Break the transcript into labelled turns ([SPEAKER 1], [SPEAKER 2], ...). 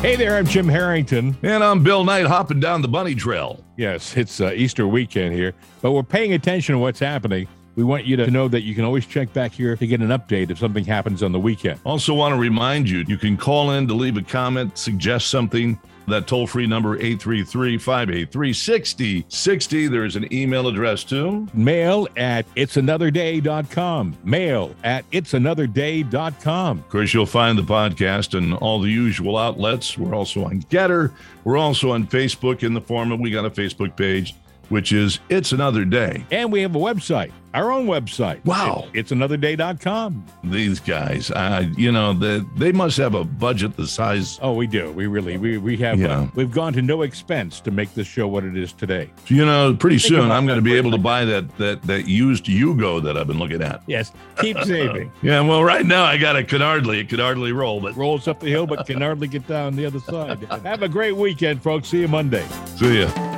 [SPEAKER 1] Hey there, I'm Jim Harrington.
[SPEAKER 2] And I'm Bill Knight hopping down the bunny trail.
[SPEAKER 1] Yes, it's uh, Easter weekend here, but we're paying attention to what's happening. We want you to know that you can always check back here to get an update if something happens on the weekend.
[SPEAKER 2] Also, want to remind you you can call in to leave a comment, suggest something. That toll free number 833 583 6060. There's an email address too.
[SPEAKER 1] Mail at itsanotherday.com. Mail at itsanotherday.com.
[SPEAKER 2] Of course, you'll find the podcast and all the usual outlets. We're also on Getter. We're also on Facebook in the form of we got a Facebook page, which is It's Another Day.
[SPEAKER 1] And we have a website, our own website.
[SPEAKER 2] Wow.
[SPEAKER 1] It- itsanotherday.com.
[SPEAKER 2] These guys, I, you know, they, they must have a budget the size.
[SPEAKER 1] Oh, we do. We really, we, we have,
[SPEAKER 2] Yeah.
[SPEAKER 1] uh, we've gone to no expense to make this show what it is today.
[SPEAKER 2] You know, pretty
[SPEAKER 1] Think
[SPEAKER 2] soon
[SPEAKER 1] about
[SPEAKER 2] I'm going to
[SPEAKER 1] that
[SPEAKER 2] be
[SPEAKER 1] for a
[SPEAKER 2] able to
[SPEAKER 1] second.
[SPEAKER 2] buy that that that used Yugo that I've been looking at.
[SPEAKER 1] Yes. Keep saving.
[SPEAKER 2] Yeah, well, right now I got it could hardly it could hardly roll, but
[SPEAKER 1] Rolls up the hill, but can hardly get down the other side. Have a great weekend, folks. See you Monday.
[SPEAKER 2] see ya.